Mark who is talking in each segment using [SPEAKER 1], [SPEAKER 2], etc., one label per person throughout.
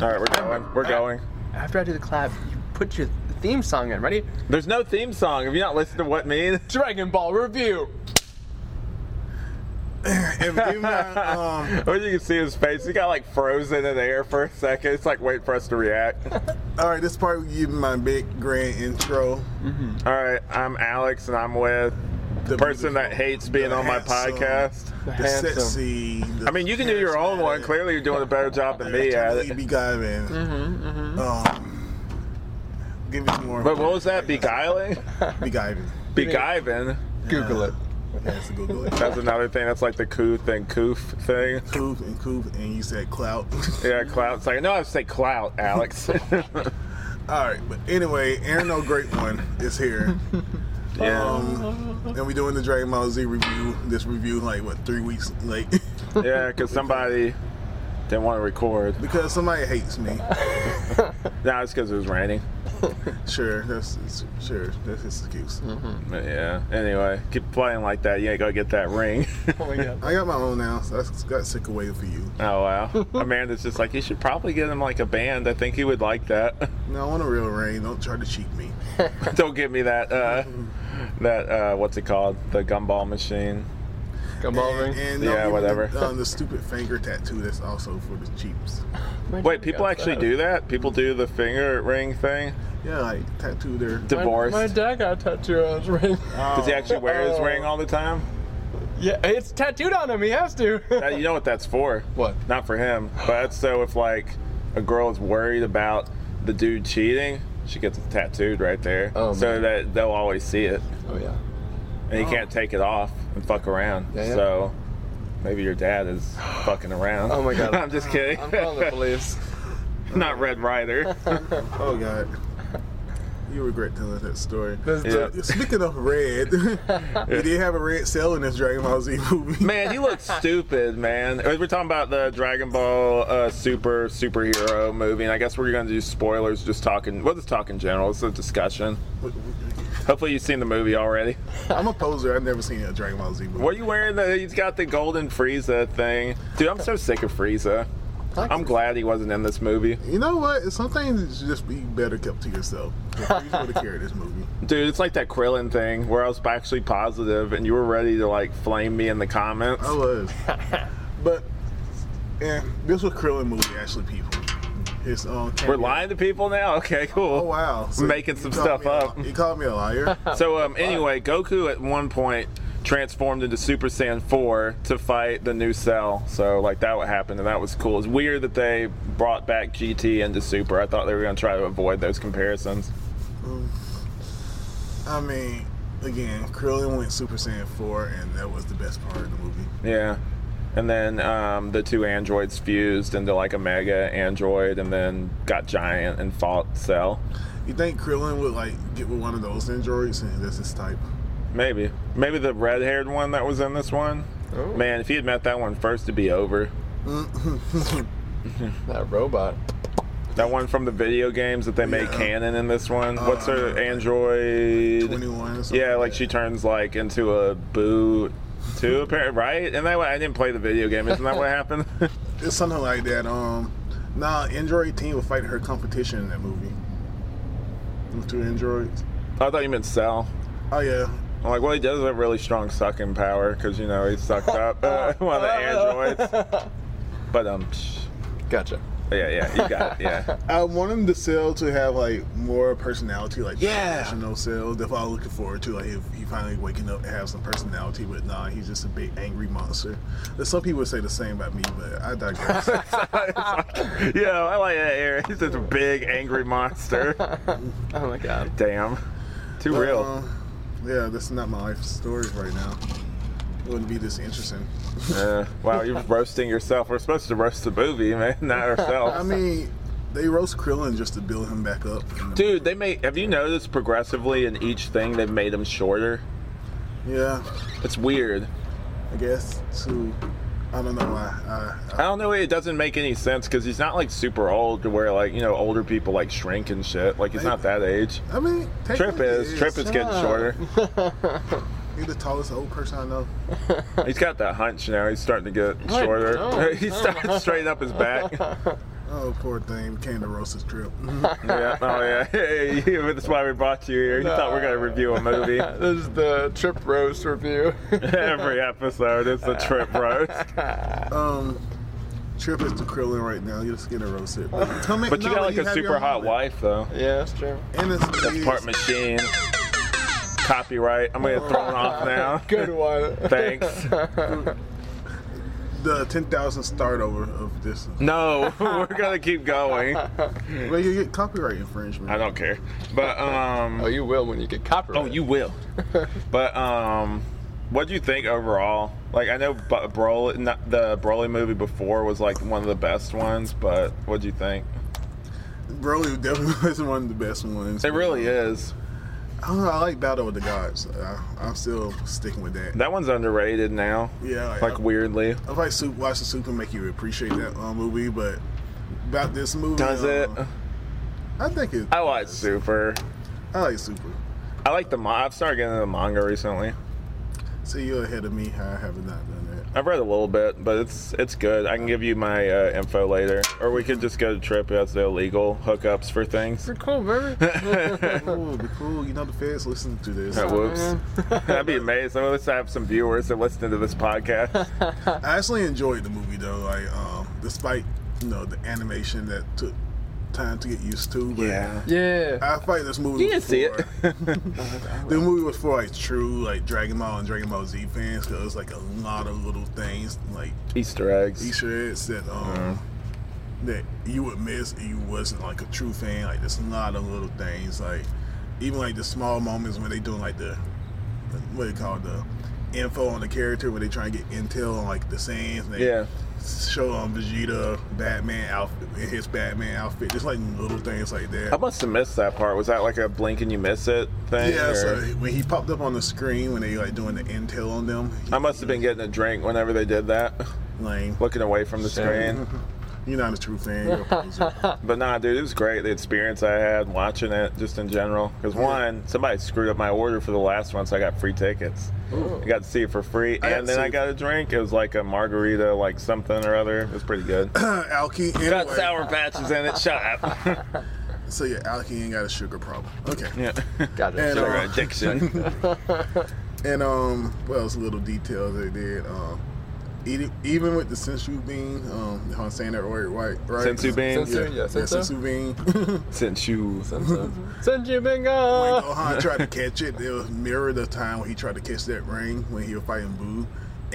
[SPEAKER 1] All right, we're going. We're going.
[SPEAKER 2] After I do the clap, you put your theme song in. Ready?
[SPEAKER 1] There's no theme song. Have you not listened to What Me?
[SPEAKER 2] Dragon Ball review.
[SPEAKER 3] If you've not, um,
[SPEAKER 1] Or you can see his face. He got like frozen in the air for a second. It's like wait for us to react.
[SPEAKER 3] all right, this part we give my big grand intro.
[SPEAKER 1] All right, I'm Alex, and I'm with the
[SPEAKER 3] The
[SPEAKER 1] person
[SPEAKER 3] beautiful,
[SPEAKER 1] that hates being
[SPEAKER 3] the
[SPEAKER 1] on my
[SPEAKER 3] handsome.
[SPEAKER 1] podcast.
[SPEAKER 3] The
[SPEAKER 2] Handsome.
[SPEAKER 3] sexy. the
[SPEAKER 1] I mean, you can do your own one.
[SPEAKER 3] charismatic,
[SPEAKER 1] Clearly, you're doing a better job than me at
[SPEAKER 3] totally
[SPEAKER 1] it.
[SPEAKER 3] beguiling. Um, give me some more.
[SPEAKER 1] Mm-hmm, But what was that? Beguiling?
[SPEAKER 3] Beguiling.
[SPEAKER 1] Begiving.
[SPEAKER 2] Google it.
[SPEAKER 3] That's a good one.
[SPEAKER 1] That's another thing. That's like the coof and coof thing.
[SPEAKER 3] Coop and coop, and you said clout.
[SPEAKER 1] Yeah, clout. It's like, no, I say clout, Alex.
[SPEAKER 3] All right, but anyway, Aaron, no great one is here.
[SPEAKER 1] yeah.
[SPEAKER 3] Um, and we're doing the Dragon Ball Z review. This review, like, what, three weeks late?
[SPEAKER 1] Yeah, because somebody didn't want to record.
[SPEAKER 3] because somebody hates me.
[SPEAKER 1] No, it's because it was raining.
[SPEAKER 3] Sure, that's it's- sure, that's his excuse.
[SPEAKER 1] Mm-hmm. But yeah. Anyway, keep playing like that. You ain't gonna get that ring.
[SPEAKER 2] Oh my god.
[SPEAKER 3] I got my own now, so I s- got sick of waiting for you.
[SPEAKER 1] oh wow. Amanda's just like, you should probably get him like a band. I think he would like that.
[SPEAKER 3] No, I want a real ring. Don't try to cheat me.
[SPEAKER 1] Don't give me that. uh That uh what's it called? The gumball machine.
[SPEAKER 2] Come on,
[SPEAKER 3] And,
[SPEAKER 2] ring.
[SPEAKER 3] and don't
[SPEAKER 1] Yeah,
[SPEAKER 3] give me
[SPEAKER 1] whatever.
[SPEAKER 3] The, um, the stupid finger tattoo that's also for the cheaps.
[SPEAKER 2] Where'd
[SPEAKER 1] Wait,
[SPEAKER 2] you
[SPEAKER 1] people
[SPEAKER 2] get
[SPEAKER 1] actually
[SPEAKER 2] that?
[SPEAKER 1] do that? People do the finger ring thing?
[SPEAKER 3] Yeah, like tattoo their.
[SPEAKER 2] My-
[SPEAKER 1] Divorced.
[SPEAKER 2] My, dad got a tattoo on his ring.
[SPEAKER 1] Does he actually wear his
[SPEAKER 2] Oh.
[SPEAKER 1] ring all the time?
[SPEAKER 2] Yeah, it's tattooed on him. He has to.
[SPEAKER 1] Now, you know what that's for.
[SPEAKER 2] What?
[SPEAKER 1] Not for him, but that's so if like a girl is worried about the dude cheating, she gets it tattooed right there,
[SPEAKER 2] Oh,
[SPEAKER 1] so
[SPEAKER 2] man.
[SPEAKER 1] that they'll always see it,
[SPEAKER 2] Oh yeah.
[SPEAKER 1] and he can't take it off and fuck around.
[SPEAKER 2] Yeah, yeah.
[SPEAKER 1] So maybe your dad is fucking around.
[SPEAKER 2] Oh, my God.
[SPEAKER 1] I'm just kidding.
[SPEAKER 2] I'm calling the police.
[SPEAKER 1] Not Red Rider.
[SPEAKER 3] Oh God, you regret telling that story.
[SPEAKER 2] This
[SPEAKER 1] Yeah.
[SPEAKER 3] Speaking of red, we did have a red cell in this Dragon Ball Z movie.
[SPEAKER 1] man, you look stupid, man. We're talking about the Dragon Ball uh, Super superhero movie, and I guess we're gonna do spoilers. Just talking. We'll just talk in general. It's a discussion. Hopefully, you've seen the movie already.
[SPEAKER 3] I'm a poser. I've never seen a Dragon Ball Z movie.
[SPEAKER 1] What are you wearing? The, he's got the golden Frieza thing. Dude, I'm so sick of Frieza. I'm glad he wasn't in this movie.
[SPEAKER 3] You know what? Some things should just be better kept to yourself. You would have carried this movie.
[SPEAKER 1] Dude, it's like that Krillin thing where I was actually positive and you were ready to like flame me in the comments.
[SPEAKER 3] I was. But yeah, this was Krillin movie actually, people. It's um.
[SPEAKER 1] We're
[SPEAKER 3] cameo.
[SPEAKER 1] lying to people now? Okay, cool.
[SPEAKER 3] Oh wow!
[SPEAKER 1] Making
[SPEAKER 3] you
[SPEAKER 1] some stuff
[SPEAKER 3] called me a-
[SPEAKER 1] up.
[SPEAKER 3] you called me a liar.
[SPEAKER 1] So um anyway, Goku at one point transformed into Super Saiyan 4 to fight the new Cell. So like that what happened and that was cool. It's weird that they brought back GT into Super. I thought they were going to try to avoid those comparisons.
[SPEAKER 3] I mean, again, Krillin went Super Saiyan 4, and that was the best part of the movie.
[SPEAKER 1] Yeah. And then um, the two androids fused into like a mega android and then got giant and fought Cell.
[SPEAKER 3] You think Krillin would like get with one of those androids, and that's his type?
[SPEAKER 1] Maybe. Maybe the red haired one that was in this one.
[SPEAKER 2] Oh.
[SPEAKER 1] Man, if he had met that one first, it'd be over.
[SPEAKER 2] That robot.
[SPEAKER 1] That one from the video games that they made
[SPEAKER 3] Yeah.
[SPEAKER 1] canon in this one. What's her
[SPEAKER 3] Uh,
[SPEAKER 1] android?
[SPEAKER 3] 21. or something
[SPEAKER 1] Yeah, like she turns like into a boo too, apparently, right? And that way, I didn't play the video game. Isn't that what happened?
[SPEAKER 3] It's something like that. Um, nah, android team would fight her competition in that movie. Them two androids.
[SPEAKER 1] I thought you meant Cell.
[SPEAKER 3] Oh yeah.
[SPEAKER 1] I'm like, well, he does have really strong sucking power because you know he sucked up uh, one of the androids. But um, psh,
[SPEAKER 2] Gotcha.
[SPEAKER 1] yeah, yeah, you got it, yeah.
[SPEAKER 3] I wanted the cell to have like more personality, like
[SPEAKER 1] Yeah.
[SPEAKER 3] national cell. That's what I was looking forward to. Like if he finally waking up to have some personality, but nah, he's just a big angry monster. But Some people would say the same about me, but I digress.
[SPEAKER 1] Yo, I like that Aaron. He's such a big angry monster.
[SPEAKER 2] Oh my god.
[SPEAKER 1] Damn, too real.
[SPEAKER 3] Um, yeah, this is not my life stories right now. It wouldn't be this interesting.
[SPEAKER 1] Uh, wow, you're roasting yourself. We're supposed to roast the movie, man, not
[SPEAKER 3] I
[SPEAKER 1] ourselves.
[SPEAKER 3] mean, they roast Krillin just to build him back up.
[SPEAKER 1] Dude, they make. Have you noticed progressively in each thing they've made him shorter?
[SPEAKER 3] Yeah,
[SPEAKER 1] It's weird.
[SPEAKER 3] I guess to. I don't know why. I, I,
[SPEAKER 1] I don't know. It doesn't make any sense because he's not like super old to where like you know older people like shrink and shit. Like he's not that age.
[SPEAKER 3] I mean,
[SPEAKER 1] Trip
[SPEAKER 3] technically
[SPEAKER 1] is
[SPEAKER 3] it
[SPEAKER 1] Trip is getting
[SPEAKER 2] up.
[SPEAKER 1] shorter.
[SPEAKER 3] You're the tallest old person I know.
[SPEAKER 1] He's got that hunch now. He's starting to get
[SPEAKER 2] What?
[SPEAKER 1] shorter.
[SPEAKER 2] No,
[SPEAKER 1] he's
[SPEAKER 2] no.
[SPEAKER 1] starting to straighten up his back.
[SPEAKER 3] Oh, poor thing. Came to roast his trip.
[SPEAKER 1] yeah. Oh yeah. Hey, that's why we brought you here. You thought we are gonna review a movie.
[SPEAKER 2] this is the trip roast review.
[SPEAKER 1] Every episode is a trip roast.
[SPEAKER 3] um, trip is to Krillin right now. You're just getting roasted. Come in-
[SPEAKER 1] But you
[SPEAKER 3] no,
[SPEAKER 1] got like a
[SPEAKER 3] have your
[SPEAKER 1] super hot
[SPEAKER 3] moment.
[SPEAKER 1] wife though.
[SPEAKER 2] yeah, that's true.
[SPEAKER 3] And it's,
[SPEAKER 1] That's
[SPEAKER 3] it's-
[SPEAKER 1] part machine. Copyright. I'm gonna throw it off now.
[SPEAKER 2] Good one.
[SPEAKER 1] Thanks.
[SPEAKER 3] the 10,000 start over of this.
[SPEAKER 1] No, we're gonna keep going.
[SPEAKER 3] Well, you get copyright infringement.
[SPEAKER 1] I don't care. But um.
[SPEAKER 2] Oh, you will when you get copyright.
[SPEAKER 1] Oh, you will. but um, what do you think overall? Like, I know Bu- Broly, not the Broly movie before was like one of the best ones, but what do you think?
[SPEAKER 3] Broly definitely is one of the best ones.
[SPEAKER 1] It really is.
[SPEAKER 3] I don't know. I like Battle of the Gods. I, I'm still sticking with that.
[SPEAKER 1] That one's underrated now.
[SPEAKER 3] Yeah, like,
[SPEAKER 1] Like
[SPEAKER 3] I,
[SPEAKER 1] weirdly,
[SPEAKER 3] I like Super, watch the Super make you appreciate that uh, movie, but about this movie,
[SPEAKER 1] does
[SPEAKER 3] uh,
[SPEAKER 1] it?
[SPEAKER 3] I think it.
[SPEAKER 1] I like Super.
[SPEAKER 3] I like Super.
[SPEAKER 1] I like the. Ma- I've started getting into the manga recently.
[SPEAKER 3] See, you're ahead of me. I have not done
[SPEAKER 1] I've read a little bit, but it's it's good. I can give you my uh, info later, or we could just go to Trip. That's the illegal hookups for things.
[SPEAKER 2] Pretty cool, baby.
[SPEAKER 3] that. Ooh, it'd be cool. You know the feds listening to this.
[SPEAKER 1] Uh, whoops.
[SPEAKER 2] man.
[SPEAKER 1] I'd be amazed. I wish I have some viewers that listen to this podcast.
[SPEAKER 3] I actually enjoyed the movie though. Like, um, despite you know the animation that took time to get used to, but
[SPEAKER 2] Yeah.
[SPEAKER 3] I fight this movie.
[SPEAKER 1] You didn't
[SPEAKER 3] was
[SPEAKER 1] see it.
[SPEAKER 3] for- The movie was for like true like Dragon Ball and Dragon Ball Z fans because it was like a lot of little things like
[SPEAKER 1] Easter eggs.
[SPEAKER 3] Easter eggs that um that you would miss if you wasn't like a true fan. Like there's a lot of little things like even like the small moments when they doing like the what do you call it, the info on the character when they try to get intel on like the scenes. And they
[SPEAKER 1] Yeah.
[SPEAKER 3] Show on Vegeta Batman outfit, his Batman outfit, just like little things like that.
[SPEAKER 1] I must have missed that part. Was that like a blink and you miss it thing?
[SPEAKER 3] Yeah,
[SPEAKER 1] or-
[SPEAKER 3] so when he popped up on the screen when they like doing the intel on them,
[SPEAKER 1] I must have been getting a drink whenever they did that,
[SPEAKER 3] lame.
[SPEAKER 1] looking away from the screen.
[SPEAKER 3] You're not a true fan. You're a poser.
[SPEAKER 1] But nah, dude, it was great. The experience I had watching it, just in general. Because one, somebody screwed up my order for the last one, so I got free tickets. I got to see it for free,
[SPEAKER 3] I got
[SPEAKER 1] and
[SPEAKER 3] to
[SPEAKER 1] then
[SPEAKER 3] see
[SPEAKER 1] I
[SPEAKER 3] it.
[SPEAKER 1] got a drink. It was like a margarita, like something or other. It was pretty good.
[SPEAKER 3] Alki.
[SPEAKER 1] got
[SPEAKER 3] Anyway,
[SPEAKER 1] sour patches in it. Shut up.
[SPEAKER 3] so yeah, Alki ain't got a sugar problem. Okay.
[SPEAKER 1] yeah.
[SPEAKER 2] Got it.
[SPEAKER 3] And,
[SPEAKER 1] Sugar
[SPEAKER 3] uh,
[SPEAKER 1] addiction.
[SPEAKER 3] And um, what else? Little details they did. Um, even, even with the sensu bean, um, if I'm saying that right, right? right?
[SPEAKER 1] Sensu bean.
[SPEAKER 2] Sensu-
[SPEAKER 3] Yeah,
[SPEAKER 2] Yeah,
[SPEAKER 3] yeah,
[SPEAKER 2] sensu.
[SPEAKER 3] sensu bean.
[SPEAKER 1] Since you.
[SPEAKER 2] Send you
[SPEAKER 3] when
[SPEAKER 2] bingo.
[SPEAKER 3] Gohan tried to catch it, it was mirror the time when he tried to catch that ring when he was fighting Boo.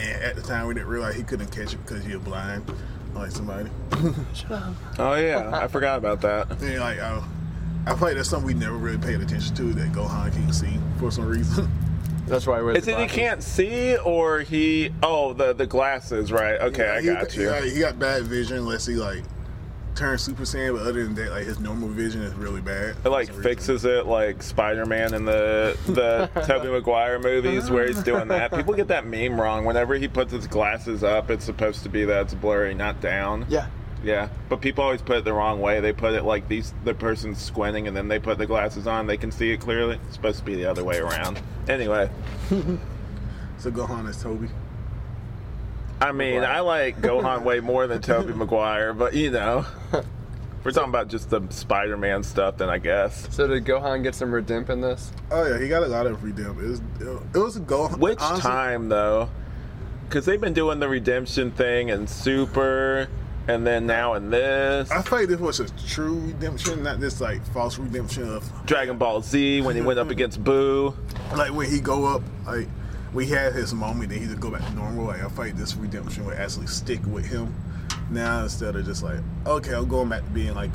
[SPEAKER 3] And at the time, we didn't realize he couldn't catch it because he was blind, like somebody.
[SPEAKER 1] Oh yeah, I forgot about that.
[SPEAKER 3] And like, I, I feel like that's something we never really paid attention to that Gohan can see for some reason.
[SPEAKER 2] That's why we're.
[SPEAKER 1] Is it he can't see or he? Oh, the the glasses, right? Okay, I
[SPEAKER 3] he,
[SPEAKER 1] got
[SPEAKER 3] He
[SPEAKER 1] you.
[SPEAKER 3] got, he got bad vision unless he like turns Super Saiyan, but other than that, like his normal vision is really bad.
[SPEAKER 1] It like fixes it like Spider-Man in the the Tobey Maguire movies where he's doing that. People get that meme wrong. Whenever he puts his glasses up, it's supposed to be that it's blurry, not down.
[SPEAKER 2] Yeah.
[SPEAKER 1] Yeah, but people always put it the wrong way. They put it like these the person's squinting and then they put the glasses on, they can see it clearly. It's supposed to be the other way around. Anyway,
[SPEAKER 3] So Gohan is Toby.
[SPEAKER 1] I mean, I like Gohan way more than Tobey Maguire, but you know, if we're talking about just the Spider-Man stuff, then I guess.
[SPEAKER 2] So did Gohan get some redemp in this?
[SPEAKER 3] Oh yeah, he got a lot of redeem. It was it was a Gohan.
[SPEAKER 1] Which
[SPEAKER 3] honestly,
[SPEAKER 1] time though? Because they've been doing the redemption thing and Super, and then now in this
[SPEAKER 3] I think this was a true redemption, not this like false redemption of
[SPEAKER 1] Dragon Ball Z when he went up against Boo.
[SPEAKER 3] like when he go up like we had his moment, then he just go back to normal. Like I fight this redemption would actually stick with him now instead of just like okay, I'm going back to being like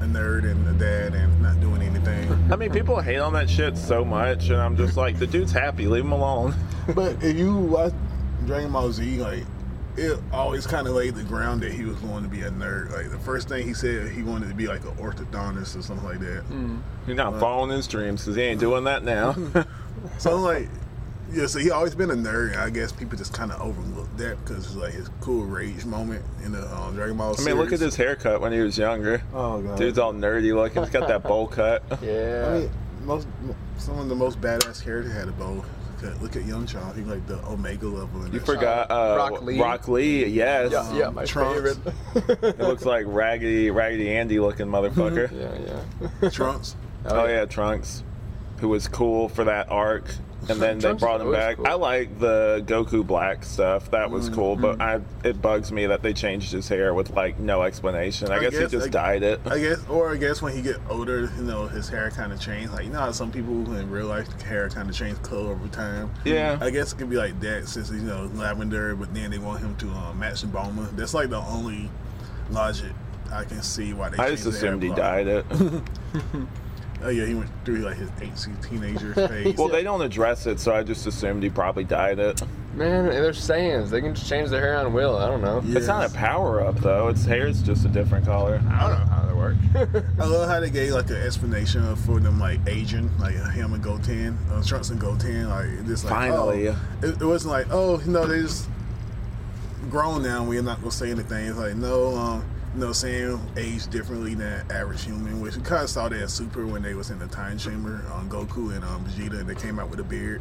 [SPEAKER 3] a nerd and a dad and not doing anything.
[SPEAKER 1] I mean, people hate on that shit so much, and I'm just like, the dude's happy, leave him alone.
[SPEAKER 3] But if you watch Dragon Ball Z, like it always kind of laid the ground that he was going to be a nerd. Like the first thing he said, he wanted to be like an orthodontist or something like that.
[SPEAKER 1] He's not following his dreams because he ain't doing that now.
[SPEAKER 3] So I'm like, yeah. So he always been a nerd. And I guess people just kind of overlooked that because it's like his cool rage moment in the um, Dragon Ball.
[SPEAKER 1] I mean, look at his haircut when he was younger.
[SPEAKER 3] Oh god,
[SPEAKER 1] Dude's all nerdy looking. He's got that bowl cut.
[SPEAKER 2] Yeah.
[SPEAKER 3] I mean, most some of the most badass characters had a bow Look at look at Young Child. He like the Omega level. In
[SPEAKER 1] You
[SPEAKER 3] that
[SPEAKER 1] forgot uh,
[SPEAKER 2] Rock Lee.
[SPEAKER 1] Rock Lee, yes.
[SPEAKER 3] Yeah.
[SPEAKER 4] yeah, my
[SPEAKER 3] Trunks.
[SPEAKER 4] favorite.
[SPEAKER 1] It looks like Raggedy Raggedy Andy looking motherfucker.
[SPEAKER 4] yeah, yeah.
[SPEAKER 3] shit. Trunks.
[SPEAKER 1] Oh yeah, Trunks, who was cool for that arc, and then they
[SPEAKER 4] Trunks
[SPEAKER 1] brought
[SPEAKER 4] is
[SPEAKER 1] him
[SPEAKER 4] always
[SPEAKER 1] back.
[SPEAKER 4] cool.
[SPEAKER 1] I like the Goku Black stuff. That was cool, but I it bugs me that they changed his hair with like no explanation. I,
[SPEAKER 3] I
[SPEAKER 1] guess,
[SPEAKER 3] guess-
[SPEAKER 1] he just
[SPEAKER 3] I-
[SPEAKER 1] dyed it.
[SPEAKER 3] I guess, or I guess when he get older, you know, his hair kind of changed. Like you know, how some people in real life hair kind of change color over time.
[SPEAKER 1] Yeah.
[SPEAKER 3] I guess it could be like that since you know lavender, but then they want him to um, match the Bowman. That's like the only logic I can see why they.
[SPEAKER 1] I
[SPEAKER 3] changed
[SPEAKER 1] just
[SPEAKER 3] the hair
[SPEAKER 1] assumed he
[SPEAKER 3] color.
[SPEAKER 1] dyed it.
[SPEAKER 3] Oh yeah, he went through like his angsty teenager phase.
[SPEAKER 1] well, they don't address it, so I just assumed he probably dyed it.
[SPEAKER 2] Man, they're sayings. They can just change their hair on will. I don't know.
[SPEAKER 1] It's not a power up though. Its hair's just a different color.
[SPEAKER 2] I don't know how that works.
[SPEAKER 3] I love how they gave like an explanation of- for them like aging, like him and Goten, uh, Trunks and Goten, like just like
[SPEAKER 1] Finally.
[SPEAKER 3] oh. it, it wasn't like oh you know they just grown now. We're not gonna say anything. It's like no, um, you know, Sam aged differently than average human, which we kind of saw that in Super when they was in the time chamber on Goku and um, Vegeta, and they came out with a beard,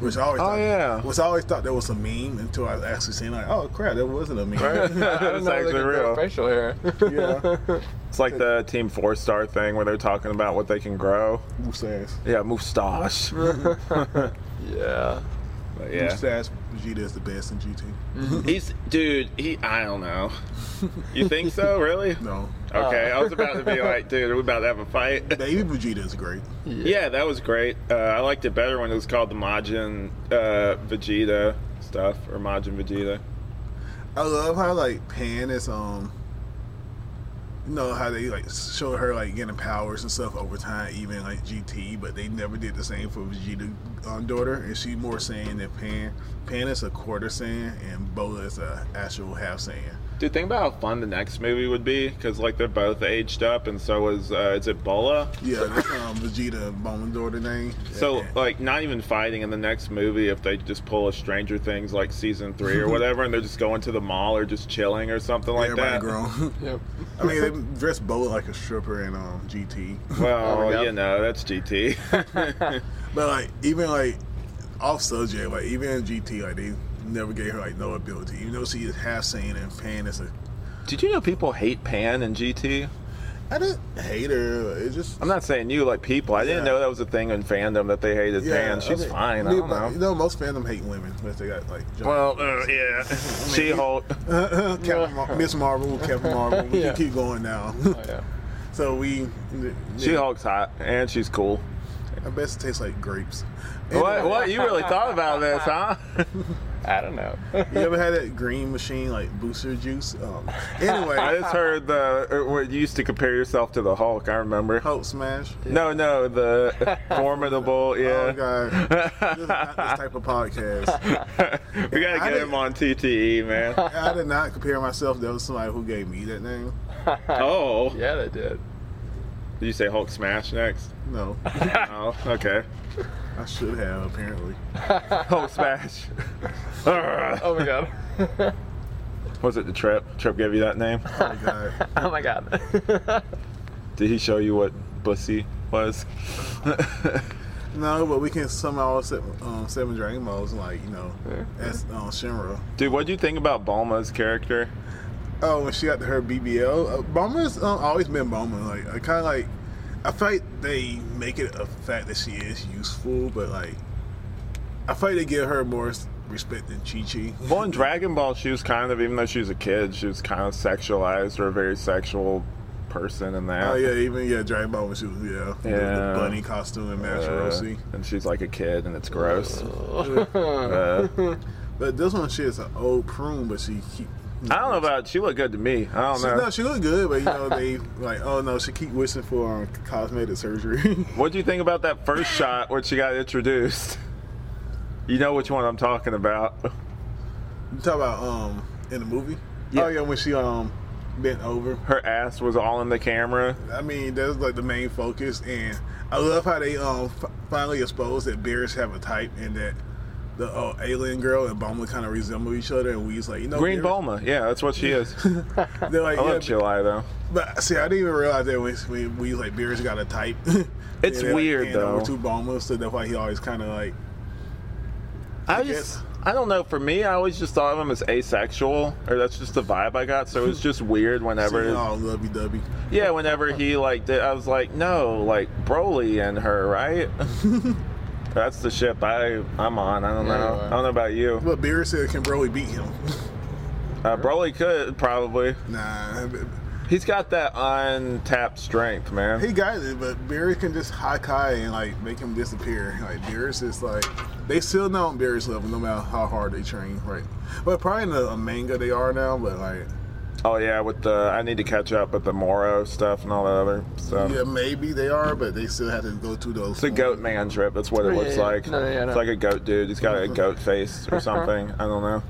[SPEAKER 3] which I always
[SPEAKER 1] Oh,
[SPEAKER 3] thought,
[SPEAKER 1] yeah.
[SPEAKER 3] which I always thought that was a meme until I actually seen like oh crap that wasn't a meme.
[SPEAKER 1] It's actually real.
[SPEAKER 2] facial hair.
[SPEAKER 3] yeah,
[SPEAKER 1] It's like the Team Four Star thing where they're talking about what they can grow.
[SPEAKER 3] Mustache.
[SPEAKER 1] Yeah, moustache.
[SPEAKER 4] Yeah.
[SPEAKER 1] But yeah,
[SPEAKER 3] Mustache Vegeta is the best in GT.
[SPEAKER 1] he's dude. He I don't know. You think so? Really?
[SPEAKER 3] No.
[SPEAKER 1] Okay, I was about to be like, dude, are we about to have a fight?
[SPEAKER 3] Baby Vegeta is great.
[SPEAKER 1] yeah, that was great. Uh, I liked it better when it was called the Majin uh, Vegeta stuff or Majin Vegeta.
[SPEAKER 3] I love how like Pan is um you know how they like show her like getting powers and stuff over time, even like GT, but they never did the same for Vegeta um, daughter. And she more saying that Pan Pan is a quarter Saiyan and Bola is a actual half Saiyan.
[SPEAKER 1] Dude, think about how fun the next movie would be because like they're both aged up, and so is uh, is it Bola?
[SPEAKER 3] Yeah, that's um Vegeta Bowman daughter name.
[SPEAKER 1] So uh,
[SPEAKER 3] And-
[SPEAKER 1] like not even fighting in the next movie if they just pull a Stranger Things like season three or whatever, and they're just going to the mall or just chilling or something like
[SPEAKER 3] everybody
[SPEAKER 1] that.
[SPEAKER 3] grown.
[SPEAKER 4] Yep.
[SPEAKER 3] I mean they dress Bola like a stripper in um GT.
[SPEAKER 1] Well,
[SPEAKER 2] There we go.
[SPEAKER 1] you know that's GT.
[SPEAKER 3] But like even like off subject, like even in GT, like they never gave her like no ability. Even though she is half sane and Pan is a
[SPEAKER 1] Did you know people hate Pan and GT?
[SPEAKER 3] I didn't hate her. It just
[SPEAKER 1] I'm not saying you, like people. I didn't
[SPEAKER 3] Yeah.
[SPEAKER 1] know that was a thing in fandom that they hated Pan. She's
[SPEAKER 3] okay.
[SPEAKER 1] fine. I don't
[SPEAKER 3] but, You
[SPEAKER 1] know.
[SPEAKER 3] know, most fandom hate women unless they got like giant-
[SPEAKER 1] Well, uh, yeah. She Hulk.
[SPEAKER 3] Captain Mar- Miss Marvel, Captain Marvel. We
[SPEAKER 4] Yeah.
[SPEAKER 3] can keep going now.
[SPEAKER 4] Oh, yeah.
[SPEAKER 3] so we
[SPEAKER 1] She Hulk's hot and she's cool.
[SPEAKER 3] I bet it tastes like grapes.
[SPEAKER 1] What? What? You really thought about this, huh?
[SPEAKER 4] I don't know.
[SPEAKER 3] You ever had that green machine like booster juice? Um, anyway,
[SPEAKER 1] I just heard the uh, what you used to compare yourself to the Hulk. I remember.
[SPEAKER 3] Hulk smash.
[SPEAKER 1] No, no, the formidable.
[SPEAKER 3] Oh
[SPEAKER 1] Yeah,
[SPEAKER 3] god, this is not this type of podcast.
[SPEAKER 1] we gotta
[SPEAKER 3] I
[SPEAKER 1] get
[SPEAKER 3] didn't-
[SPEAKER 1] him on TTE, man.
[SPEAKER 3] I did not compare myself. That was somebody who gave me that name.
[SPEAKER 1] Oh,
[SPEAKER 4] Yeah, they did.
[SPEAKER 1] did you say Hulk smash next?
[SPEAKER 3] No,
[SPEAKER 1] Oh, okay.
[SPEAKER 3] I should have apparently.
[SPEAKER 1] Hulk smash. Urgh.
[SPEAKER 4] Oh my god.
[SPEAKER 1] Was it the trip? Trip gave you that name?
[SPEAKER 3] Oh God,
[SPEAKER 4] oh my god.
[SPEAKER 1] Did he show you what bussy was?
[SPEAKER 3] no, but we can somehow set um, seven dragon balls like you know as um, Shinra.
[SPEAKER 1] Dude, what do you think about Balma's character?
[SPEAKER 3] Oh, when she got to her BBL, uh, Bulma's um, always been Bulma. Like I kind of like, I feel like they make it a fact that she is useful, but like, I feel like they give her more s- respect than Chi Chi.
[SPEAKER 1] Well, in Dragon Ball, she was kind of, even though she was a kid, she was kind of sexualized or a very sexual person in that.
[SPEAKER 3] Oh yeah, even yeah, Dragon Ball when she was yeah, the-
[SPEAKER 1] Yeah.
[SPEAKER 3] the bunny costume and Master
[SPEAKER 1] Uh,
[SPEAKER 3] Roshi.
[SPEAKER 1] and she's like a kid, and it's gross. Uh,
[SPEAKER 3] But this one, she is an old prune, but she keep.
[SPEAKER 1] I don't know about. She looked good to me. I don't
[SPEAKER 3] She,
[SPEAKER 1] know.
[SPEAKER 3] no, she look good, but you know they like. Oh no, she keep wishing for um, cosmetic surgery.
[SPEAKER 1] What do you think about that first shot where she got introduced? You know which one I'm talking about.
[SPEAKER 3] you talk about um in the movie.
[SPEAKER 1] Yeah.
[SPEAKER 3] Oh yeah, when she um bent over.
[SPEAKER 1] Her ass was all in the camera.
[SPEAKER 3] I mean, that's like the main focus, and I love how they um f- finally exposed that bears have a type, and that the uh, alien girl and Bulma kind of resemble each other, and we just like you know
[SPEAKER 1] Green
[SPEAKER 3] bears-
[SPEAKER 1] Bulma. Yeah, that's what she is. I
[SPEAKER 3] They're like Oh, yeah,
[SPEAKER 1] love Chilai though.
[SPEAKER 3] But see, I didn't even realize that we we, we like beers got a type.
[SPEAKER 1] It's
[SPEAKER 3] And they, like,
[SPEAKER 1] weird,
[SPEAKER 3] hand over
[SPEAKER 1] though.
[SPEAKER 3] Two bombers, so that's why he always kind of like
[SPEAKER 1] I
[SPEAKER 3] guess.
[SPEAKER 1] just, I don't know. For me, I always just thought of him as asexual, or that's just the vibe I got. So it was just weird whenever.
[SPEAKER 3] Seeing all lovey dovey.
[SPEAKER 1] Yeah, whenever he like did, I was like, no, like Broly and her, right? That's the ship I I'm on. I don't know. I don't know about you.
[SPEAKER 3] But Beer said, can Broly beat him?
[SPEAKER 1] Uh, Broly could probably.
[SPEAKER 3] nah.
[SPEAKER 1] He's got that untapped strength, man.
[SPEAKER 3] He got it, but Beerus can just Hawkeye and like make him disappear. Like Beerus is like they still not on Beerus level no matter how hard they train, right? But probably in the manga they are now, but like
[SPEAKER 1] Oh yeah, with the I need to catch up with the Moro stuff and all that other stuff.
[SPEAKER 3] yeah, maybe they are, but they still have to go through those. um,
[SPEAKER 1] It's a Uh. goat man trip. That's what it
[SPEAKER 2] Yeah,
[SPEAKER 1] looks
[SPEAKER 2] yeah.
[SPEAKER 1] like.
[SPEAKER 2] No, yeah, no.
[SPEAKER 1] It's like a goat dude. He's got a goat face or something. I don't know.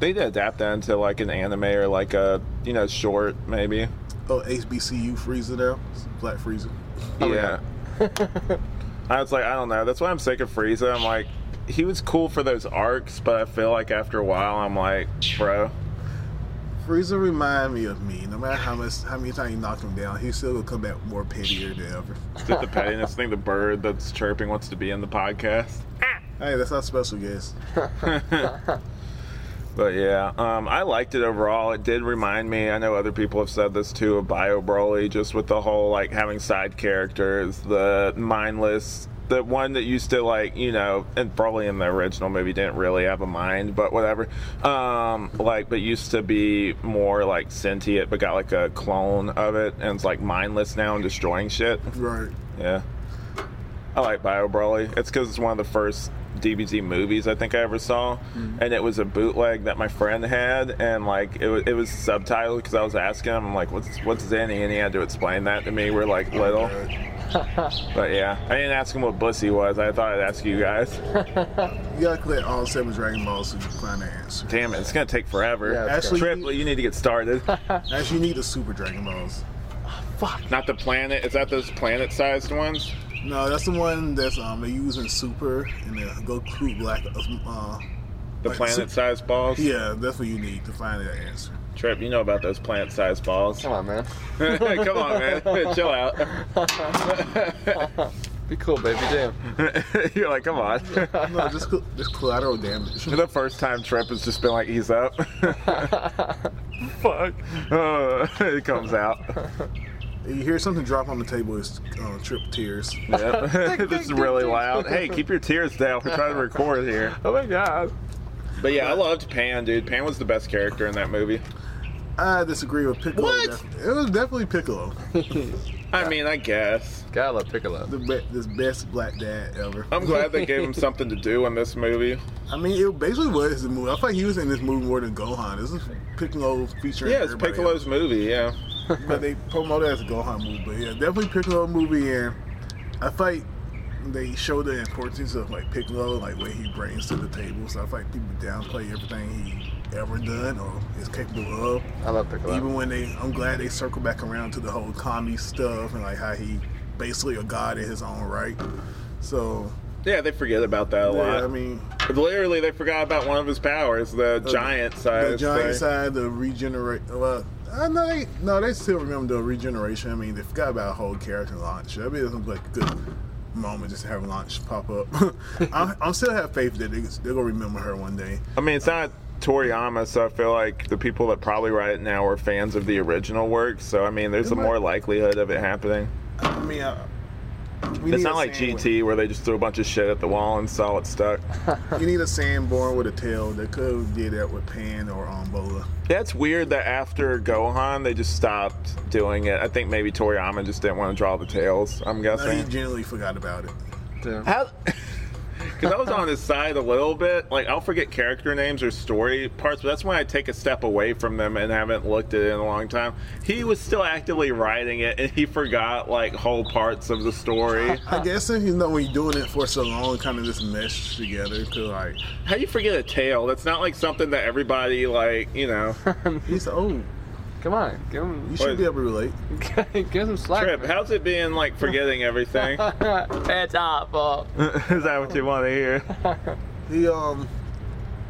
[SPEAKER 1] They need to adapt that into like an anime or like a you know short maybe.
[SPEAKER 3] Oh, HBCU Freezer now, Black Freezer.
[SPEAKER 2] Oh,
[SPEAKER 1] yeah. I was like, I don't know. That's why I'm sick of Frieza. I'm like, he was cool for those arcs, but I feel like after a while, I'm like, bro,
[SPEAKER 3] Freezer remind me of me. No matter how much, how many times you knock him down, he still will come back more pettier than ever.
[SPEAKER 1] is it the pettiness thing? The bird that's chirping wants to be in the podcast.
[SPEAKER 3] Hey, that's our special guest.
[SPEAKER 1] But yeah, um, I liked it overall. It did remind me. I know other people have said this too of Bio Broly, just with the whole like having side characters, the mindless, the one that used to like you know, and probably in the original movie didn't really have a mind, but whatever. Um, like, but used to be more like sentient, but got like a clone of it, and it's like mindless now and destroying shit.
[SPEAKER 3] Right.
[SPEAKER 1] Yeah. I like Bio Broly. It's because it's one of the first DBZ movies I think I ever saw, and it was a bootleg that my friend had, and like it, wa- it was subtitled because I was asking him, I'm like, what's what's Zanny, and he had to explain that to me. We're like little, but yeah, I didn't ask him what Bussy was. I thought I'd ask you guys.
[SPEAKER 3] You gotta collect all seven Dragon Balls to find the answer.
[SPEAKER 1] Damn it, it's gonna take forever.
[SPEAKER 2] Yeah,
[SPEAKER 3] it's
[SPEAKER 1] Ashley,
[SPEAKER 3] gonna-
[SPEAKER 1] Trip, you need to get started.
[SPEAKER 3] Actually, you need the Super Dragon Balls.
[SPEAKER 1] Not the planet. Is that those planet-sized ones?
[SPEAKER 3] No, that's the one that's um they use in Super and the Goku Black. Uh,
[SPEAKER 1] The
[SPEAKER 3] like, Sup-
[SPEAKER 1] planet-sized balls.
[SPEAKER 3] yeah, that's what you need to find that answer.
[SPEAKER 1] Trip, you know about those planet-sized balls.
[SPEAKER 2] Come on, man.
[SPEAKER 1] Come on, man. Chill out.
[SPEAKER 2] Be cool, baby. Damn.
[SPEAKER 1] You're like, come on.
[SPEAKER 3] No, just col- just collateral damage.
[SPEAKER 1] the first time Trip has just been like, ease up. Fuck. Uh, it comes out.
[SPEAKER 3] you hear something drop on the table, it's uh, trip tears.
[SPEAKER 1] Yep. this is really loud. Hey, keep your tears down. We're trying to record here.
[SPEAKER 4] Oh my god.
[SPEAKER 1] But yeah, I loved Pan, dude. Pan was the best character in that movie.
[SPEAKER 3] I disagree with Piccolo.
[SPEAKER 1] What?
[SPEAKER 3] def- It was definitely Piccolo,
[SPEAKER 1] I mean, I guess.
[SPEAKER 2] Gotta love Piccolo.
[SPEAKER 3] the be- this best black dad ever.
[SPEAKER 1] I'm glad they gave him something to do in this movie.
[SPEAKER 3] I mean, it basically was the movie. I thought he was in this movie more than Gohan. This is Piccolo featuring.
[SPEAKER 1] Yeah, it's
[SPEAKER 3] everybody
[SPEAKER 1] Piccolo's movie, yeah.
[SPEAKER 3] but they promote it as a Gohan movie. But yeah, definitely Piccolo movie. And I fight. They show the importance of like Piccolo, like what he brings to the table. So I fight people downplay everything he ever done or is capable of.
[SPEAKER 2] I love Piccolo.
[SPEAKER 3] Even when they, I'm glad they circle back around to the whole Kami stuff and like how he basically a god in his own right. So
[SPEAKER 1] Yeah, they forget about that a lot.
[SPEAKER 3] yeah, I mean, Uh,
[SPEAKER 1] Literally, they forgot about one of his powers, the giant size.
[SPEAKER 3] the giant
[SPEAKER 1] thing.
[SPEAKER 3] side, the regenerate. Well, I know they no, they still remember the regeneration. I mean, they forgot about a whole character launch. I mean, it was like a good moment just to have launch pop up. I, I still have faith that they, they're gonna remember her one day.
[SPEAKER 1] I mean, it's not Toriyama, so I feel like the people that probably write it now are fans of the original work. So I mean, there's a more likelihood of it happening.
[SPEAKER 3] I mean, I, we need
[SPEAKER 1] It's
[SPEAKER 3] a
[SPEAKER 1] not like
[SPEAKER 3] sand-
[SPEAKER 1] GT where they just threw a bunch of shit at the wall and saw it stuck.
[SPEAKER 3] You need a Sandborn with a tail. They could have did that with Pan or Umbola.
[SPEAKER 1] Yeah, it's weird that after Gohan, they just stopped doing it. I think maybe Toriyama just didn't want to draw the tails. I'm
[SPEAKER 3] No, he
[SPEAKER 1] guessing.
[SPEAKER 3] generally forgot about it.
[SPEAKER 2] Damn.
[SPEAKER 1] How? Because I was on his side a little bit. Like I'll forget character names or story parts, but that's when I take a step away from them and haven't looked at it in a long time. He was still actively writing it, and he forgot like whole parts of the story.
[SPEAKER 3] I guess if you know when you're doing it for so long, kind of just meshed together. Cause like
[SPEAKER 1] How do you forget a tale? That's not like something that everybody like you know.
[SPEAKER 3] he's old.
[SPEAKER 2] Come on. Give him,
[SPEAKER 3] You oh, should
[SPEAKER 1] Wait.
[SPEAKER 3] be able to relate.
[SPEAKER 2] give him some slack.
[SPEAKER 1] Trip, how's it being like forgetting everything?
[SPEAKER 2] it's awful.
[SPEAKER 1] Is that what you want to hear?
[SPEAKER 3] The um,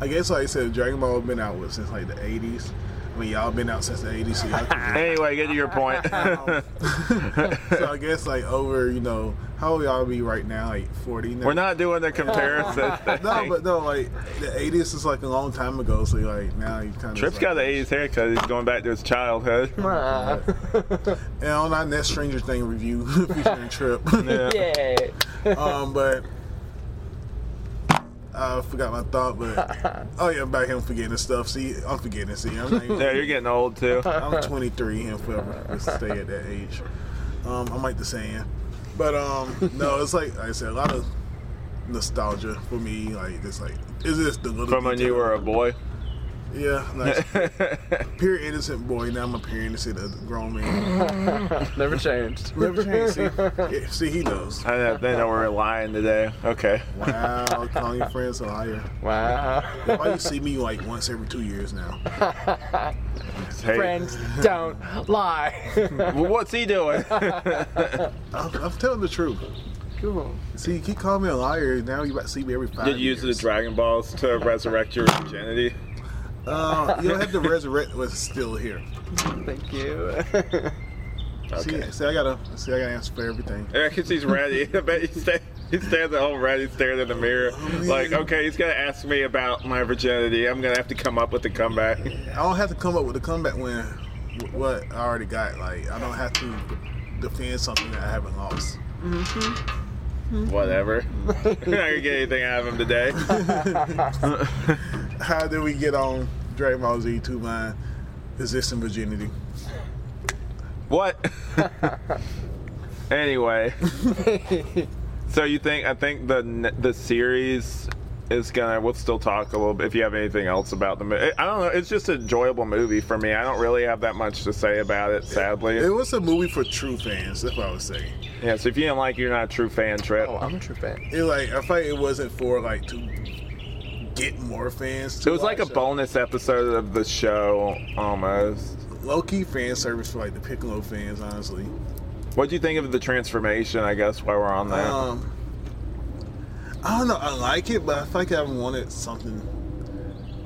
[SPEAKER 3] I guess like I said, Dragon Ball been out with since like the '80s. I mean, y'all been out since the '80s, so, y'all can-
[SPEAKER 1] Anyway, get to your point.
[SPEAKER 3] so I guess like over, you know, how old y'all be right now? Like 40.
[SPEAKER 1] We're not doing the comparison.
[SPEAKER 3] No,
[SPEAKER 1] thing.
[SPEAKER 3] but no, like the '80s is like a long time ago. So like now you kind of
[SPEAKER 1] Tripp's
[SPEAKER 3] like,
[SPEAKER 1] got the 80s haircut. He's going back to his childhood.
[SPEAKER 2] Ah.
[SPEAKER 3] And on our next Stranger Thing review featuring Trip.
[SPEAKER 2] Yay.
[SPEAKER 3] um, but I forgot my thought. But oh yeah, about him forgetting stuff. See, I'm forgetting. See, I'm, not even-
[SPEAKER 1] Yeah, you're getting old too.
[SPEAKER 3] I'm 23 and forever to stay at that age. Um, I'm like the saying, but um, no, it's like, like I said, a lot of nostalgia for me. Like it's like, is this the little
[SPEAKER 1] From when you
[SPEAKER 3] detail.
[SPEAKER 1] were a boy.
[SPEAKER 3] yeah, like pure innocent boy. Now I'm a pure innocent grown man.
[SPEAKER 2] Never changed.
[SPEAKER 3] Never changed. See, Yeah, see he knows.
[SPEAKER 1] I know, they know we're lying today. Okay.
[SPEAKER 3] Wow, calling your friends a liar.
[SPEAKER 2] Wow.
[SPEAKER 3] Why you see me like once every two years now?
[SPEAKER 1] Hey,
[SPEAKER 2] Friends don't lie.
[SPEAKER 1] well, what's he doing?
[SPEAKER 3] I'm, I'm telling the truth.
[SPEAKER 2] cool.
[SPEAKER 3] See, you keep calling me a liar. Now you about to see me every five.
[SPEAKER 1] Did you use the
[SPEAKER 3] years.
[SPEAKER 1] Dragon Balls to resurrect your virginity?
[SPEAKER 3] Uh, you don't have to resurrect what's still here.
[SPEAKER 2] Thank you.
[SPEAKER 1] Okay.
[SPEAKER 3] See, see, I gotta, see, I gotta answer for everything.
[SPEAKER 1] Yeah, 'cause he's ready. I bet he, sta- he stands at home ready, staring in the mirror. Like, okay, he's going to ask me about my virginity. I'm going to have to come up with a comeback.
[SPEAKER 3] I don't have to come up with a comeback when what I already got. Like, I don't have to defend something that I haven't lost.
[SPEAKER 1] Whatever. I can get anything out of him today.
[SPEAKER 3] How did we get on Dragon Ball Z to my existing virginity?
[SPEAKER 1] What? anyway, so you think I think the n- the series is gonna. We'll still talk a little bit if you have anything else about the movie. I don't know. It's just an enjoyable movie for me. I don't really have that much to say about it, sadly.
[SPEAKER 3] It was a movie for true fans. That's what I was saying.
[SPEAKER 1] yeah. So if you do not like, it, you're not a true fan. Trip.
[SPEAKER 2] Oh, I'm a true fan.
[SPEAKER 3] It like I feel like it wasn't for like to get more fans. To
[SPEAKER 1] it was like a
[SPEAKER 3] watch
[SPEAKER 1] bonus episode of the show almost.
[SPEAKER 3] Low key fan service for like the Piccolo fans, honestly.
[SPEAKER 1] What do you think of the transformation? I guess while we're on that.
[SPEAKER 3] Um, I don't know. I like it, but I feel like I wanted something.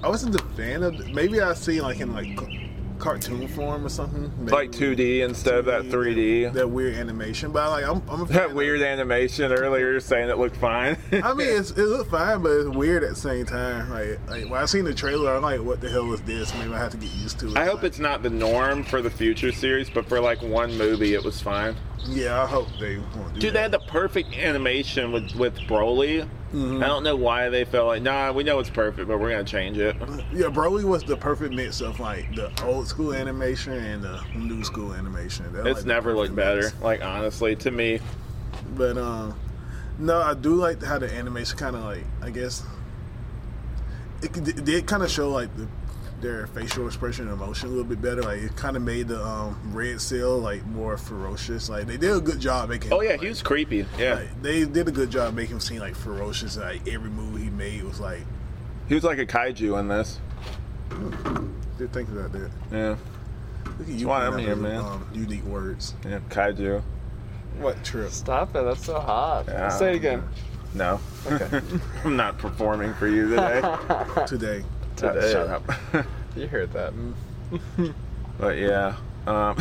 [SPEAKER 3] I wasn't a fan of. Maybe I see like in like c- cartoon form or something. Maybe
[SPEAKER 1] like 2D instead of that 3D.
[SPEAKER 3] That weird animation, but I like I'm, I'm a fan
[SPEAKER 1] That
[SPEAKER 3] of-
[SPEAKER 1] weird animation earlier you're saying it looked fine.
[SPEAKER 3] I mean, it's, it looked fine, but it's weird at the same time. Like, like when I seen the trailer, I'm like, "What the hell is this?" Maybe I have to get used to it.
[SPEAKER 1] I hope
[SPEAKER 3] Like,
[SPEAKER 1] it's not the norm for the future series, but for like one movie, it was fine.
[SPEAKER 3] Yeah, I hope they won't do
[SPEAKER 1] Dude, they had the perfect animation with with Broly. I don't know why they felt like, nah, we know it's perfect, but we're gonna change it.
[SPEAKER 3] Yeah, Broly was the perfect mix of like the old school animation and the new school animation. That,
[SPEAKER 1] It's
[SPEAKER 3] like,
[SPEAKER 1] never looked
[SPEAKER 3] the
[SPEAKER 1] better.
[SPEAKER 3] mix.
[SPEAKER 1] Like honestly, to me,
[SPEAKER 3] But um, no, I do like how the animation kind of like I guess it, c- it did kind of show like the, their facial expression and emotion a little bit better. Like it kind of made the um, red seal like more ferocious. Like they did a good job making.
[SPEAKER 1] oh yeah,
[SPEAKER 3] like,
[SPEAKER 1] he was creepy. Yeah,
[SPEAKER 3] like, they did a good job making him seem like ferocious. Like every move he made was like.
[SPEAKER 1] he was like a kaiju in this.
[SPEAKER 3] Did think about that.
[SPEAKER 1] Yeah,
[SPEAKER 3] Look at you.
[SPEAKER 1] why I'm
[SPEAKER 3] putting
[SPEAKER 1] here,
[SPEAKER 3] out
[SPEAKER 1] man.
[SPEAKER 3] Um, unique words.
[SPEAKER 1] yeah, kaiju.
[SPEAKER 3] What trip?
[SPEAKER 2] Stop it. That's so hot.
[SPEAKER 1] Yeah.
[SPEAKER 2] Say it again.
[SPEAKER 1] No, I'm not performing for you today.
[SPEAKER 3] today.
[SPEAKER 1] Uh, shut up.
[SPEAKER 2] You heard that.
[SPEAKER 1] But yeah, um,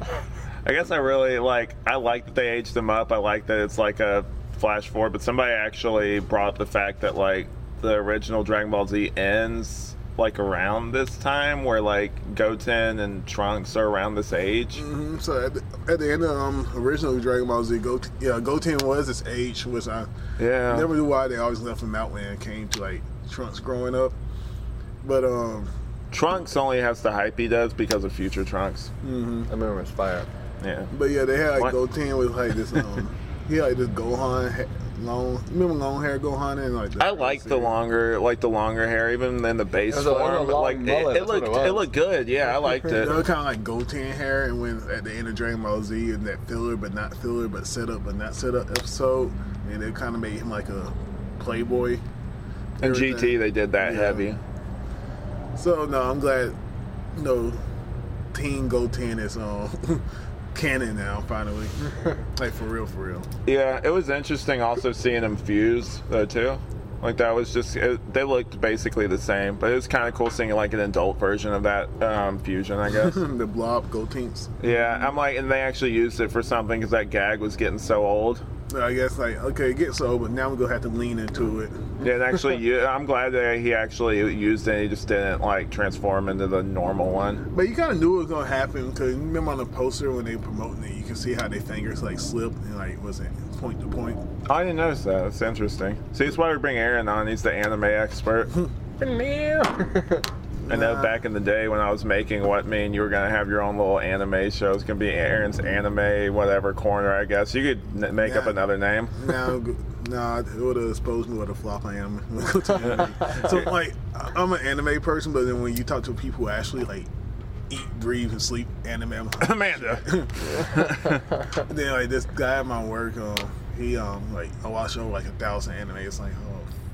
[SPEAKER 1] I guess I really like. I like that they aged them up. I like that it's like a flash forward. But somebody actually brought up the fact that like the original Dragon Ball Z ends like around this time, where like Goten and Trunks are around this age.
[SPEAKER 3] hmm So at the, at the end of um, original Dragon Ball Z, Go yeah, Goten was his age, which I
[SPEAKER 1] Yeah.
[SPEAKER 3] never knew why they always left him out when it came to like Trunks growing up. But um,
[SPEAKER 1] Trunks only has the hype he does because of future Trunks.
[SPEAKER 2] That movie was fire.
[SPEAKER 1] Yeah.
[SPEAKER 3] but yeah, they had
[SPEAKER 1] What?
[SPEAKER 3] like Goten with like this um, he had like this Gohan ha- long, remember long hair Gohan and like.
[SPEAKER 1] I like the longer, like the longer hair, even in the base
[SPEAKER 2] It was a- it was a
[SPEAKER 1] form.
[SPEAKER 2] long
[SPEAKER 1] like it,
[SPEAKER 2] mullet,
[SPEAKER 1] it
[SPEAKER 2] that's what
[SPEAKER 1] looked,
[SPEAKER 2] it
[SPEAKER 1] it
[SPEAKER 2] was.
[SPEAKER 1] looked good. Yeah, I liked
[SPEAKER 3] They
[SPEAKER 1] it.
[SPEAKER 3] were kind of like Goten hair, and when at the end of Dragon Ball Z and that filler but not filler but setup but not setup episode, and it kind of made him like a playboy.
[SPEAKER 1] In GT, they did that
[SPEAKER 3] Yeah.
[SPEAKER 1] heavy.
[SPEAKER 3] So no, I'm glad. You know, Teen Goten is on canon now. Finally, like for real, for real.
[SPEAKER 1] Yeah, it was interesting also seeing him fuse though too. Like that was just it, they looked basically the same, but it was kind of cool seeing like an adult version of that um, fusion, I guess.
[SPEAKER 3] the blob go tinks.
[SPEAKER 1] yeah, I'm like, and they actually used it for something because that gag was getting so old.
[SPEAKER 3] I guess like okay, it gets old, but now we're gonna have to lean into it.
[SPEAKER 1] Yeah, and actually, you, I'm glad that he actually used it. And he just didn't like transform into the normal one.
[SPEAKER 3] But you kind of knew it was gonna happen because remember on the poster when they were promoting it, you can see how their fingers like slipped and like wasn't point to point.
[SPEAKER 1] I didn't notice that. That's interesting. See, that's why we bring Aaron on. He's the anime expert. I know back in the day when I was making what me and you were gonna have your own little anime show. It's gonna be Aaron's anime whatever corner, I guess. You could n- make up
[SPEAKER 3] Yeah.
[SPEAKER 1] another name.
[SPEAKER 3] Now, g- nah, it would have exposed me what a flop I am. when it comes to anime. so like, I- I'm an anime person, but then when you talk to people who actually like eat, breathe, and sleep anime, I'm like,
[SPEAKER 1] Amanda.
[SPEAKER 3] then like this guy at my work, um, he um like I watch over like a thousand anime. It's like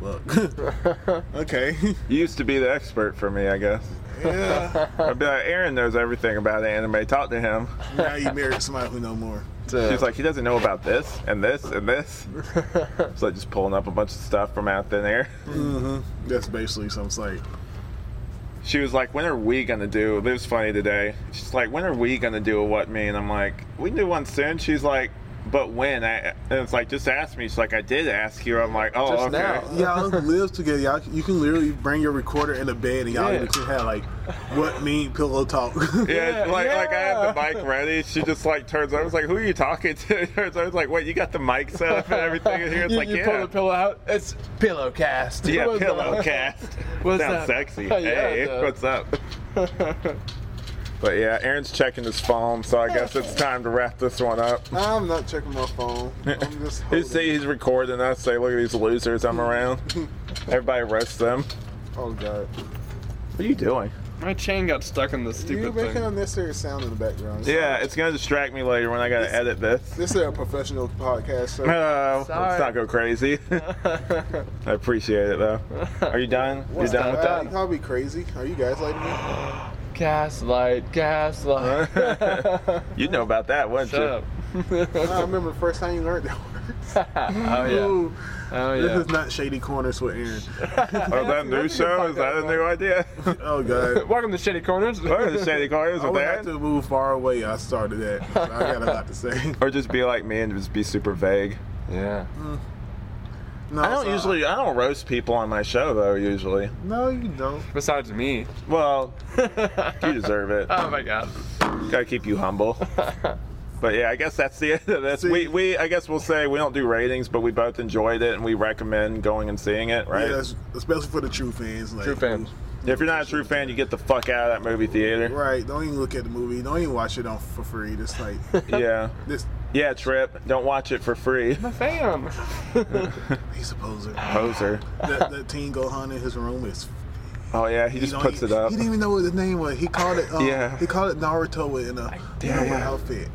[SPEAKER 3] oh fuck, okay,
[SPEAKER 1] You used to be the expert for me, I guess.
[SPEAKER 3] yeah.
[SPEAKER 1] I'd be like, Aaron knows everything about anime. Talk to him.
[SPEAKER 3] Now you married somebody who know more.
[SPEAKER 1] She's like, he doesn't know about this and this and this. so like just pulling up a bunch of stuff from out thin air.
[SPEAKER 3] That's basically so it's like
[SPEAKER 1] She was like, when are we gonna do? It was funny today. She's like, when are we gonna do a what me? And I'm like, we can do one soon. She's like, but when? I, and it's like, just ask me. She's like, I did ask you. I'm like, oh,
[SPEAKER 4] Just
[SPEAKER 1] okay.
[SPEAKER 4] now.
[SPEAKER 3] y'all live together. Y'all, you can literally bring your recorder in the bed and y'all
[SPEAKER 4] Yeah.
[SPEAKER 3] can have like what mean pillow talk.
[SPEAKER 1] Yeah,
[SPEAKER 4] Yeah,
[SPEAKER 1] like like I have the
[SPEAKER 4] yeah.
[SPEAKER 1] mic ready. She just like turns over. I was like, "Who are you talking to?" Turns over, it's like, "Wait, you got the mic set up and everything in here?" It's
[SPEAKER 4] you,
[SPEAKER 1] like,
[SPEAKER 4] you
[SPEAKER 1] "Yeah,
[SPEAKER 4] pull the pillow out. It's
[SPEAKER 2] Pillow cast.
[SPEAKER 1] yeah,
[SPEAKER 4] what's
[SPEAKER 1] pillow
[SPEAKER 4] up?
[SPEAKER 1] cast."
[SPEAKER 4] What's
[SPEAKER 1] Sounds
[SPEAKER 4] up?
[SPEAKER 1] sexy.
[SPEAKER 4] Yeah,
[SPEAKER 1] hey,
[SPEAKER 4] duh.
[SPEAKER 1] what's up? but yeah, Aaron's checking his phone, so I guess it's time to wrap this one up.
[SPEAKER 3] I'm not checking my phone. I'm just
[SPEAKER 1] You see, he's recording us. Say, look at these losers I'm around. Everybody arrest them.
[SPEAKER 3] Oh god,
[SPEAKER 1] What are you doing?
[SPEAKER 4] my chain got stuck in the stupid thing.
[SPEAKER 3] unnecessary sound in the background.
[SPEAKER 1] Yeah, it's gonna distract me later when I gotta edit this.
[SPEAKER 3] This is a professional podcast. So
[SPEAKER 1] Oh, let's
[SPEAKER 4] Sorry.
[SPEAKER 1] not go crazy. I appreciate it though. Are you done? You're done with that?
[SPEAKER 3] I'll be crazy. Are you guys like me?
[SPEAKER 4] Gaslight, gaslight.
[SPEAKER 1] You'd know about that, wouldn't
[SPEAKER 4] Shut
[SPEAKER 1] you?
[SPEAKER 4] up.
[SPEAKER 3] I remember the first time you learned that word.
[SPEAKER 4] Oh yeah.
[SPEAKER 3] Ooh,
[SPEAKER 4] Oh
[SPEAKER 3] This
[SPEAKER 4] yeah.
[SPEAKER 3] is not shady corners with Aaron.
[SPEAKER 1] Oh, that new show? Is that a new idea?
[SPEAKER 3] Oh god.
[SPEAKER 4] Welcome to Shitty Corners.
[SPEAKER 1] or the Shady Corners
[SPEAKER 3] I
[SPEAKER 1] with
[SPEAKER 3] would have
[SPEAKER 1] that?
[SPEAKER 3] to move far away. I started that. I got a lot to say.
[SPEAKER 1] Or just be like me and just be super vague.
[SPEAKER 4] Yeah.
[SPEAKER 3] No,
[SPEAKER 1] I don't
[SPEAKER 3] so-
[SPEAKER 1] usually, I don't roast people on my show though, usually.
[SPEAKER 3] No, you don't.
[SPEAKER 4] Besides me.
[SPEAKER 1] Well, you deserve it.
[SPEAKER 4] Oh my god.
[SPEAKER 1] Gotta keep you humble. But yeah, I guess that's the end of this.
[SPEAKER 3] See-
[SPEAKER 1] we, we, I guess we'll say we don't do ratings, but we both enjoyed it and we recommend going and seeing it, right?
[SPEAKER 3] Yeah, that's- especially for the true fans. Like,
[SPEAKER 4] True fans.
[SPEAKER 1] If you're not a true fan, you get the fuck out of that movie theater.
[SPEAKER 3] Right. Don't even look at the movie. Don't even watch it on for free. Just like
[SPEAKER 1] Yeah.
[SPEAKER 3] this.
[SPEAKER 1] Yeah, Trip. Don't watch it for free.
[SPEAKER 4] Fam.
[SPEAKER 3] He's a poser.
[SPEAKER 1] Oh, Poser.
[SPEAKER 3] that, that teen Gohan in his room is.
[SPEAKER 1] Oh yeah, he just
[SPEAKER 3] don't
[SPEAKER 1] puts
[SPEAKER 3] even-
[SPEAKER 1] it up.
[SPEAKER 3] He didn't even know what his name was. He called it. Um,
[SPEAKER 1] Yeah.
[SPEAKER 3] He called it Naruto in a
[SPEAKER 1] Yeah,
[SPEAKER 3] Naruto
[SPEAKER 1] yeah.
[SPEAKER 3] outfit.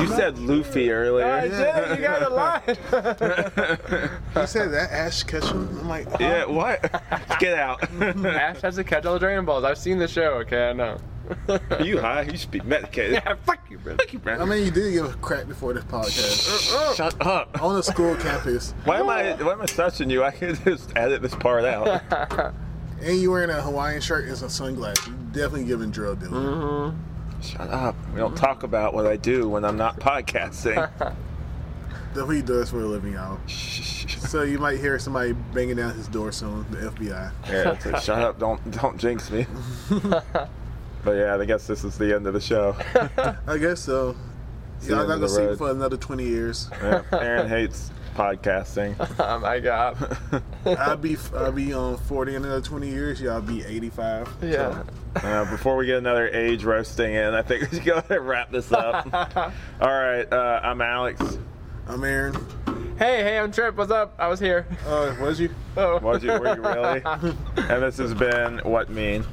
[SPEAKER 1] You said Luffy
[SPEAKER 3] Oh,
[SPEAKER 4] I
[SPEAKER 1] earlier.
[SPEAKER 4] did it. You got a lie.
[SPEAKER 3] He said that Ash Ketchum. I'm like, uh, huh?
[SPEAKER 1] Yeah, what? Get out.
[SPEAKER 4] Ash has to catch all the Dragon Balls. I've seen the show. Okay, I know.
[SPEAKER 1] Are you high? You should be medicated.
[SPEAKER 4] yeah. Fuck you, brother.
[SPEAKER 1] Fuck you, Brandon.
[SPEAKER 3] I mean, uh, you did give a crap before this podcast
[SPEAKER 1] Shut up.
[SPEAKER 3] on a school campus,
[SPEAKER 1] Why am I why am I touching you? I can just edit this part out.
[SPEAKER 3] and you wearing a Hawaiian shirt and some sunglasses. You definitely giving drug dealer.
[SPEAKER 1] Shut up. We don't talk about what I do when I'm not podcasting.
[SPEAKER 3] That's what he does for a living, y'all. So you might hear somebody banging down his door soon. The FBI.
[SPEAKER 1] Yeah, it's like, shut up, don't don't jinx me. But yeah, I guess this is the end of the show.
[SPEAKER 3] I guess so.
[SPEAKER 1] the
[SPEAKER 3] Y'all
[SPEAKER 1] end of
[SPEAKER 3] not gonna
[SPEAKER 1] the
[SPEAKER 3] see me
[SPEAKER 1] road.
[SPEAKER 3] for another twenty years.
[SPEAKER 1] Yeah, Aaron hates podcasting.
[SPEAKER 4] Oh my god.
[SPEAKER 3] I'll be I'll be on forty in another twenty years. Y'all be eighty five.
[SPEAKER 4] Yeah.
[SPEAKER 1] Uh, before we get another age roasting in, I think we should go ahead and wrap this up. All right, uh, I'm Alex.
[SPEAKER 3] I'm Aaron.
[SPEAKER 4] Hey, hey, I'm Trip. What's up? I was here.
[SPEAKER 3] Uh, was you?
[SPEAKER 4] Oh.
[SPEAKER 1] Was you, were you really? and this has been What Mean.